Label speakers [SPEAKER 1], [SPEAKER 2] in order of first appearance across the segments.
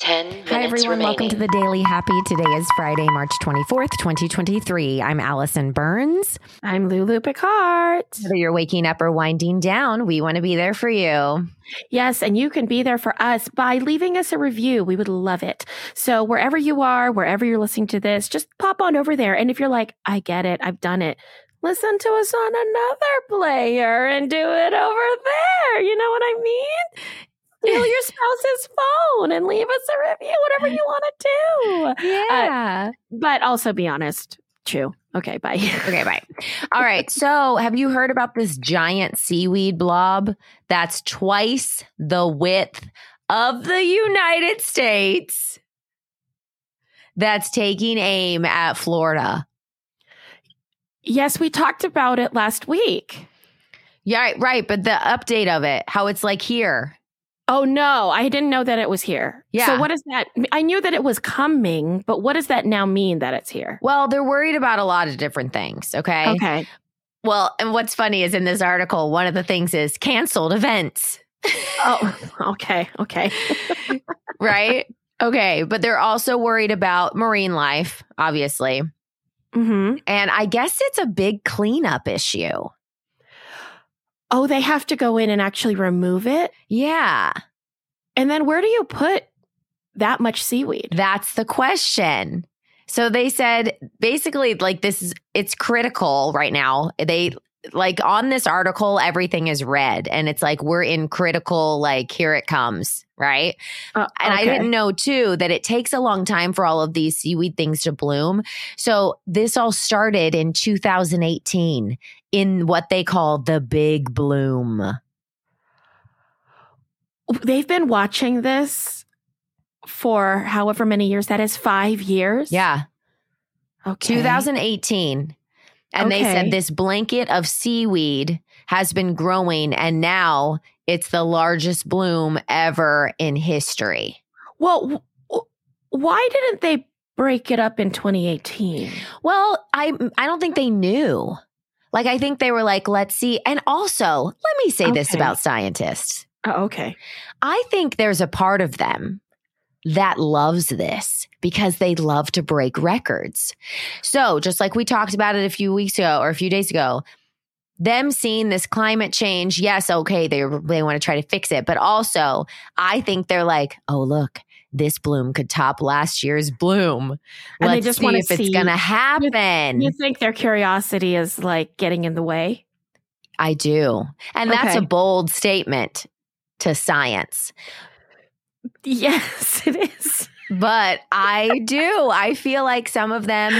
[SPEAKER 1] 10 minutes
[SPEAKER 2] Hi, everyone.
[SPEAKER 1] remaining.
[SPEAKER 2] Welcome to the Daily Happy. Today is Friday, March 24th, 2023. I'm Allison Burns.
[SPEAKER 3] I'm Lulu Picard.
[SPEAKER 2] Whether you're waking up or winding down, we want to be there for you.
[SPEAKER 3] Yes, and you can be there for us by leaving us a review. We would love it. So, wherever you are, wherever you're listening to this, just pop on over there. And if you're like, I get it, I've done it, listen to us on another player and do it over there. You know what I mean? Steal your spouse's phone and leave us a review, whatever you want to
[SPEAKER 2] Yeah.
[SPEAKER 3] do. But also be honest. Chew. Okay, bye.
[SPEAKER 2] Uh, okay, bye. All right. So, have you heard about this giant seaweed blob that's twice the width of the United States that's taking aim at Florida?
[SPEAKER 3] Yes, we talked about it last week.
[SPEAKER 2] Yeah, right. But the update of it, how it's like here.
[SPEAKER 3] Oh no, I didn't know that it was here.
[SPEAKER 2] Yeah.
[SPEAKER 3] So what does that? I knew that it was coming, but what does that now mean that it's here?
[SPEAKER 2] Well, they're worried about a lot of different things. Okay.
[SPEAKER 3] Okay.
[SPEAKER 2] Well, and what's funny is in this article, one of the things is canceled events,
[SPEAKER 3] Oh, okay. Okay.
[SPEAKER 2] right? okay. But they're also worried about marine life, obviously.
[SPEAKER 3] hmm
[SPEAKER 2] And I guess it's a big cleanup issue.
[SPEAKER 3] Oh, they have to go in and actually remove it,
[SPEAKER 2] Yeah.
[SPEAKER 3] and then where do you put that much seaweed?
[SPEAKER 2] That's the question. So they said basically, like, this is it's critical right now. They like on this article, everything is red and it's like we're in critical, like, here it comes, right?
[SPEAKER 3] Uh,
[SPEAKER 2] And I
[SPEAKER 3] okay.
[SPEAKER 2] didn't know too that it takes a long time for all of these seaweed things to bloom. So this all started in 2018 in what they call the big bloom.
[SPEAKER 3] They've been watching this for however many years. That is five years.
[SPEAKER 2] Yeah,
[SPEAKER 3] Okay.
[SPEAKER 2] 2018. And they said
[SPEAKER 3] Okay.
[SPEAKER 2] this blanket of seaweed has been growing and now it's the largest bloom ever in history.
[SPEAKER 3] Well, w- w- why didn't they break it up in 2018?
[SPEAKER 2] Well, I I don't think they knew. Like I think they were like, let's see. And also, let me say this
[SPEAKER 3] Okay.
[SPEAKER 2] about scientists.
[SPEAKER 3] Oh, okay.
[SPEAKER 2] I think there's a part of them that loves this because they love to break records. So, just like we talked about it a few weeks ago or a few days ago, them seeing this climate change, yes, okay, they they want to try to fix it, but also I think they're like, "Oh, look, this bloom could top last year's bloom.
[SPEAKER 3] And
[SPEAKER 2] Let's
[SPEAKER 3] they just
[SPEAKER 2] see
[SPEAKER 3] wanna
[SPEAKER 2] if it's
[SPEAKER 3] see-
[SPEAKER 2] going to happen."
[SPEAKER 3] You think their curiosity is like getting in the way?
[SPEAKER 2] I do. And that's
[SPEAKER 3] Okay.
[SPEAKER 2] a bold statement to science.
[SPEAKER 3] Yes, it is.
[SPEAKER 2] but I do. I feel like some of them,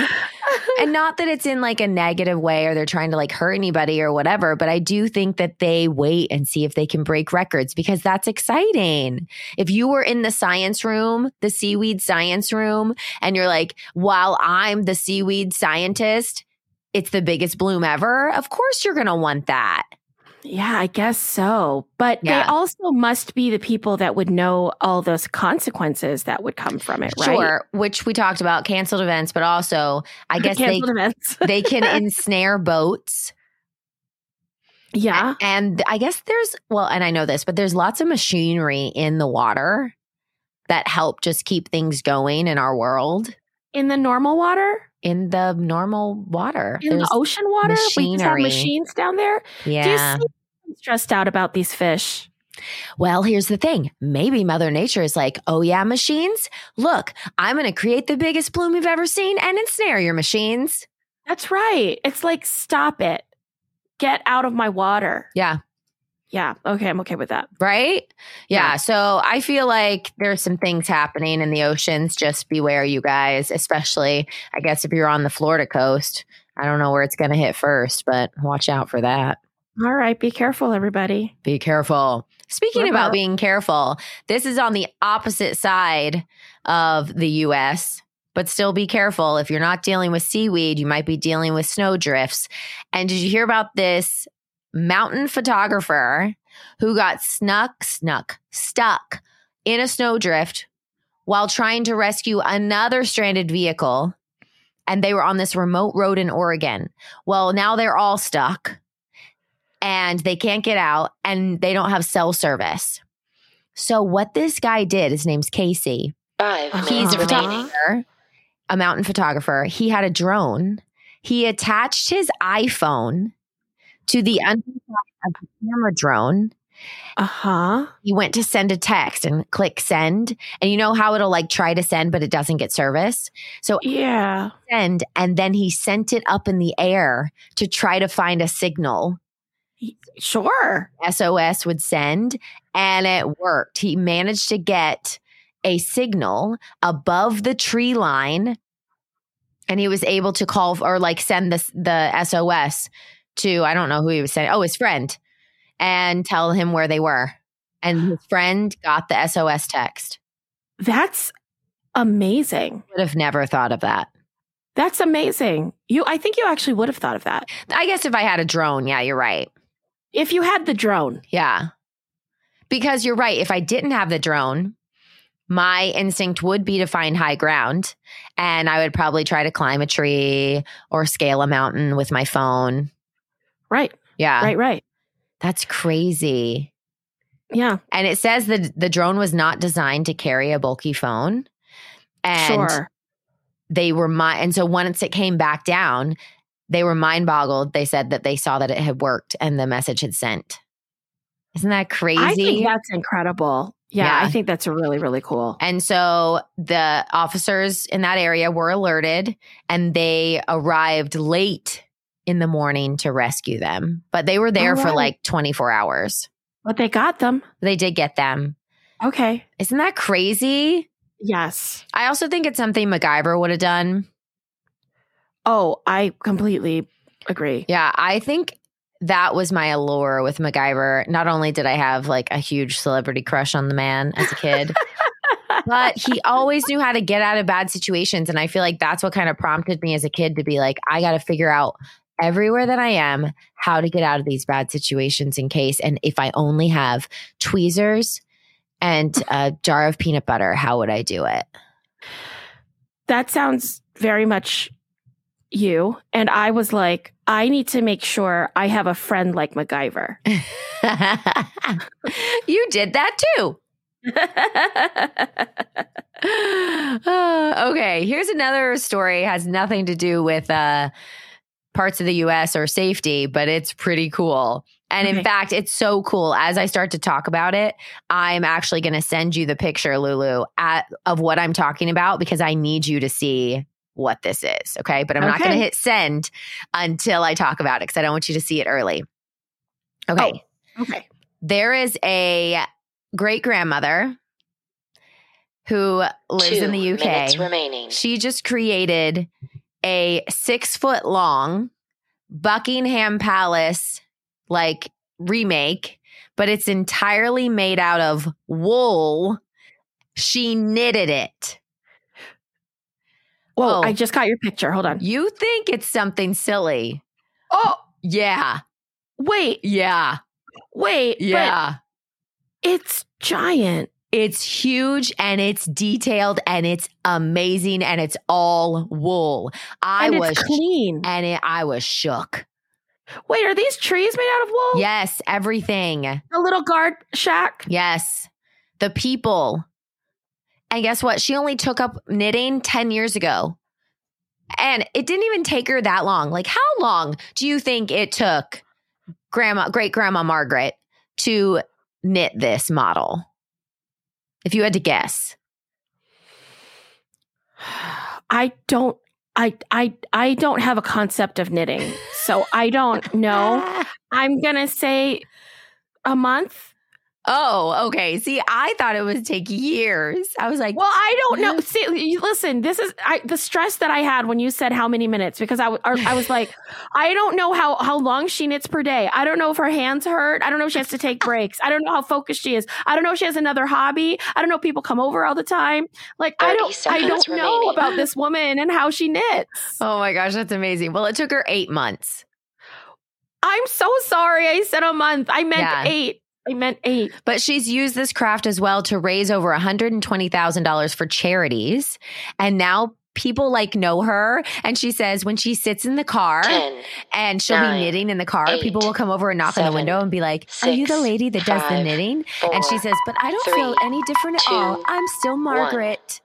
[SPEAKER 2] and not that it's in like a negative way or they're trying to like hurt anybody or whatever, but I do think that they wait and see if they can break records because that's exciting. If you were in the science room, the seaweed science room, and you're like, while I'm the seaweed scientist, it's the biggest bloom ever. Of course, you're going to want that.
[SPEAKER 3] Yeah, I guess so. But
[SPEAKER 2] Yeah.
[SPEAKER 3] they also must be the people that would know all those consequences that would come from it, right?
[SPEAKER 2] Sure. Which we talked about canceled events, but also, I guess they,
[SPEAKER 3] Canceled events.
[SPEAKER 2] they can ensnare boats.
[SPEAKER 3] yeah.
[SPEAKER 2] And I guess there's, well, and I know this, but there's lots of machinery in the water that help just keep things going in our world.
[SPEAKER 3] In the normal water,
[SPEAKER 2] In the normal water,
[SPEAKER 3] in the
[SPEAKER 2] There's-
[SPEAKER 3] ocean water, we just have
[SPEAKER 2] machinery.
[SPEAKER 3] machines down there. Do you
[SPEAKER 2] yeah.
[SPEAKER 3] see I'm stressed out about these fish?
[SPEAKER 2] Well, here's the thing. Maybe Mother Nature is like, oh yeah, machines. Look, I'm going to create the biggest bloom you've ever seen and ensnare your machines.
[SPEAKER 3] That's right. It's like, stop it. Get out of my water.
[SPEAKER 2] Yeah.
[SPEAKER 3] Yeah. Okay. I'm okay with that.
[SPEAKER 2] right? Yeah.
[SPEAKER 3] Yeah.
[SPEAKER 2] So I feel like there's some things happening in the oceans. Just beware, you guys, especially, I guess, if you're on the Florida coast. I don't know where it's going to hit first, but watch out for that.
[SPEAKER 3] All right. Be careful, everybody.
[SPEAKER 2] Be careful. Speaking
[SPEAKER 3] What
[SPEAKER 2] about,
[SPEAKER 3] about-
[SPEAKER 2] being careful, this is on the opposite side of the US, but still be careful. If you're not dealing with seaweed, you might be dealing with snow drifts. And did you hear about this mountain photographer who got snuck, snuck, stuck in a snowdrift while trying to rescue another stranded vehicle? And they were on this remote road in Oregon. Well, now they're all stuck and they can't get out and they don't have cell service. So, what this guy did, his name's Casey,
[SPEAKER 1] Five.
[SPEAKER 3] Uh-huh.
[SPEAKER 1] minutes
[SPEAKER 2] He's a
[SPEAKER 1] remaining.
[SPEAKER 2] photographer, a mountain photographer. He had a drone. He attached his iPhone to the underside of the camera drone.
[SPEAKER 3] Uh huh.
[SPEAKER 2] He went to send a text and click send. And you know how it'll like try to send, but it doesn't get service?
[SPEAKER 3] Yeah.
[SPEAKER 2] Send. And then he sent it up in the air to try to find a signal
[SPEAKER 3] Sure.
[SPEAKER 2] SOS would send, and it worked. He managed to get a signal above the tree line, and he was able to call or like send the the SOS to I don't know who he was sending. Oh, his friend, and tell him where they were. And his friend got the SOS text.
[SPEAKER 3] That's amazing.
[SPEAKER 2] Would have never thought of that.
[SPEAKER 3] That's amazing. You, I think you actually would have thought of that
[SPEAKER 2] I guess if I had a drone, yeah, you're right.
[SPEAKER 3] if you had the drone.
[SPEAKER 2] Yeah. Because you're right. If I didn't have the drone, my instinct would be to find high ground and I would probably try to climb a tree or scale a mountain with my phone.
[SPEAKER 3] Right.
[SPEAKER 2] Yeah.
[SPEAKER 3] Right. Right.
[SPEAKER 2] That's crazy.
[SPEAKER 3] Yeah.
[SPEAKER 2] And it says that the drone was not designed to carry a bulky phone. And
[SPEAKER 3] sure.
[SPEAKER 2] they were my and so once it came back down, they were mind boggled. They said that they saw that it had worked and the message had sent. Isn't that crazy?
[SPEAKER 3] I think that's incredible. Yeah,
[SPEAKER 2] Yeah.
[SPEAKER 3] I think that's really, really cool.
[SPEAKER 2] And so the officers in that area were alerted and they arrived late in the morning to rescue them. But they were there
[SPEAKER 3] All
[SPEAKER 2] for
[SPEAKER 3] right.
[SPEAKER 2] like 24 hours.
[SPEAKER 3] But they got them.
[SPEAKER 2] They did get them.
[SPEAKER 3] Okay.
[SPEAKER 2] Isn't that crazy?
[SPEAKER 3] Yes.
[SPEAKER 2] I also think it's something MacGyver would have done.
[SPEAKER 3] Oh, I completely agree.
[SPEAKER 2] Yeah, I think that was my allure with MacGyver. Not only did I have like a huge celebrity crush on the man as a kid, but he always knew how to get out of bad situations. And I feel like that's what kind of prompted me as a kid to be like, I got to figure out everywhere that I am how to get out of these bad situations in case. And if I only have tweezers and a jar of peanut butter, how would I do it?
[SPEAKER 3] That sounds very much you. And I was like, I need to make sure I have a friend like MacGyver.
[SPEAKER 2] you did that too. Uh, okay, here's another story. Has nothing to do with uh, parts of the U.S. or safety, but it's pretty cool. And in
[SPEAKER 3] Okay.
[SPEAKER 2] fact, it's so cool. As I start to talk about it, I'm actually going to send you the picture, Lulu, at, of what I'm talking about because I need you to see what this is. Okay, but I'm not going to
[SPEAKER 3] Okay.
[SPEAKER 2] hit send until I talk about it because I don't want you to see it early.
[SPEAKER 3] Oh,
[SPEAKER 2] Okay,
[SPEAKER 3] okay.
[SPEAKER 2] there is a great grandmother who lives
[SPEAKER 1] Two
[SPEAKER 2] in the UK.
[SPEAKER 1] Minutes remaining.
[SPEAKER 2] She just created a six foot long Buckingham Palace like remake, but it's entirely made out of wool. She knitted it.
[SPEAKER 3] Whoa,
[SPEAKER 2] Oh.
[SPEAKER 3] I just got your picture. Hold on.
[SPEAKER 2] You think it's something silly.
[SPEAKER 3] Oh,
[SPEAKER 2] Yeah.
[SPEAKER 3] wait,
[SPEAKER 2] Yeah.
[SPEAKER 3] wait.
[SPEAKER 2] Yeah.
[SPEAKER 3] But it's giant.
[SPEAKER 2] It's huge and it's detailed and it's amazing and it's all wool. I
[SPEAKER 3] and
[SPEAKER 2] was
[SPEAKER 3] it's clean.
[SPEAKER 2] and it, I was shook.
[SPEAKER 3] Wait, are these trees made out of wool?
[SPEAKER 2] Yes, everything.
[SPEAKER 3] A little guard shack?
[SPEAKER 2] Yes. The people. And guess what? She only took up knitting 10 years ago. And it didn't even take her that long. Like how long do you think it took grandma great grandma Margaret to knit this model? If you had to guess.
[SPEAKER 3] I don't I I I don't have a concept of knitting. So I don't know.
[SPEAKER 2] Ah.
[SPEAKER 3] I'm going to say a month.
[SPEAKER 2] Oh, okay. See, I thought it would take years. I was like,
[SPEAKER 3] Well, I don't know. See, you- listen, this is I, the stress that I had when you said how many minutes because I, w- or- I was like, I don't know how, how long she knits per day. I don't know if her hands hurt. I don't know if she has to take breaks. I don't know how focused she is. I don't know if she has another hobby. I don't know if people come over all the time. Like I
[SPEAKER 1] 30
[SPEAKER 3] don't I
[SPEAKER 1] seconds
[SPEAKER 3] don't know
[SPEAKER 1] remaining.
[SPEAKER 3] about this woman and how she knits.
[SPEAKER 2] oh my gosh, that's amazing. Well, it took her eight months,
[SPEAKER 3] I'm so sorry. I said a month. I meant
[SPEAKER 2] Yeah.
[SPEAKER 3] eight. I meant eight.
[SPEAKER 2] but she's used this craft as well to raise over $120,000 for charities. And now people like know her. And she says when she sits in the car
[SPEAKER 1] Ten.
[SPEAKER 2] and she'll
[SPEAKER 1] nine,
[SPEAKER 2] be knitting in the car,
[SPEAKER 1] eight,
[SPEAKER 2] people will come over and knock on
[SPEAKER 1] seven,
[SPEAKER 2] the window and be like, Are you the
[SPEAKER 1] six,
[SPEAKER 2] lady that does the
[SPEAKER 1] five,
[SPEAKER 2] knitting?
[SPEAKER 1] Four.
[SPEAKER 2] and she says, But I don't feel
[SPEAKER 1] three,
[SPEAKER 2] any different at all.
[SPEAKER 1] two,
[SPEAKER 2] I'm still Margaret.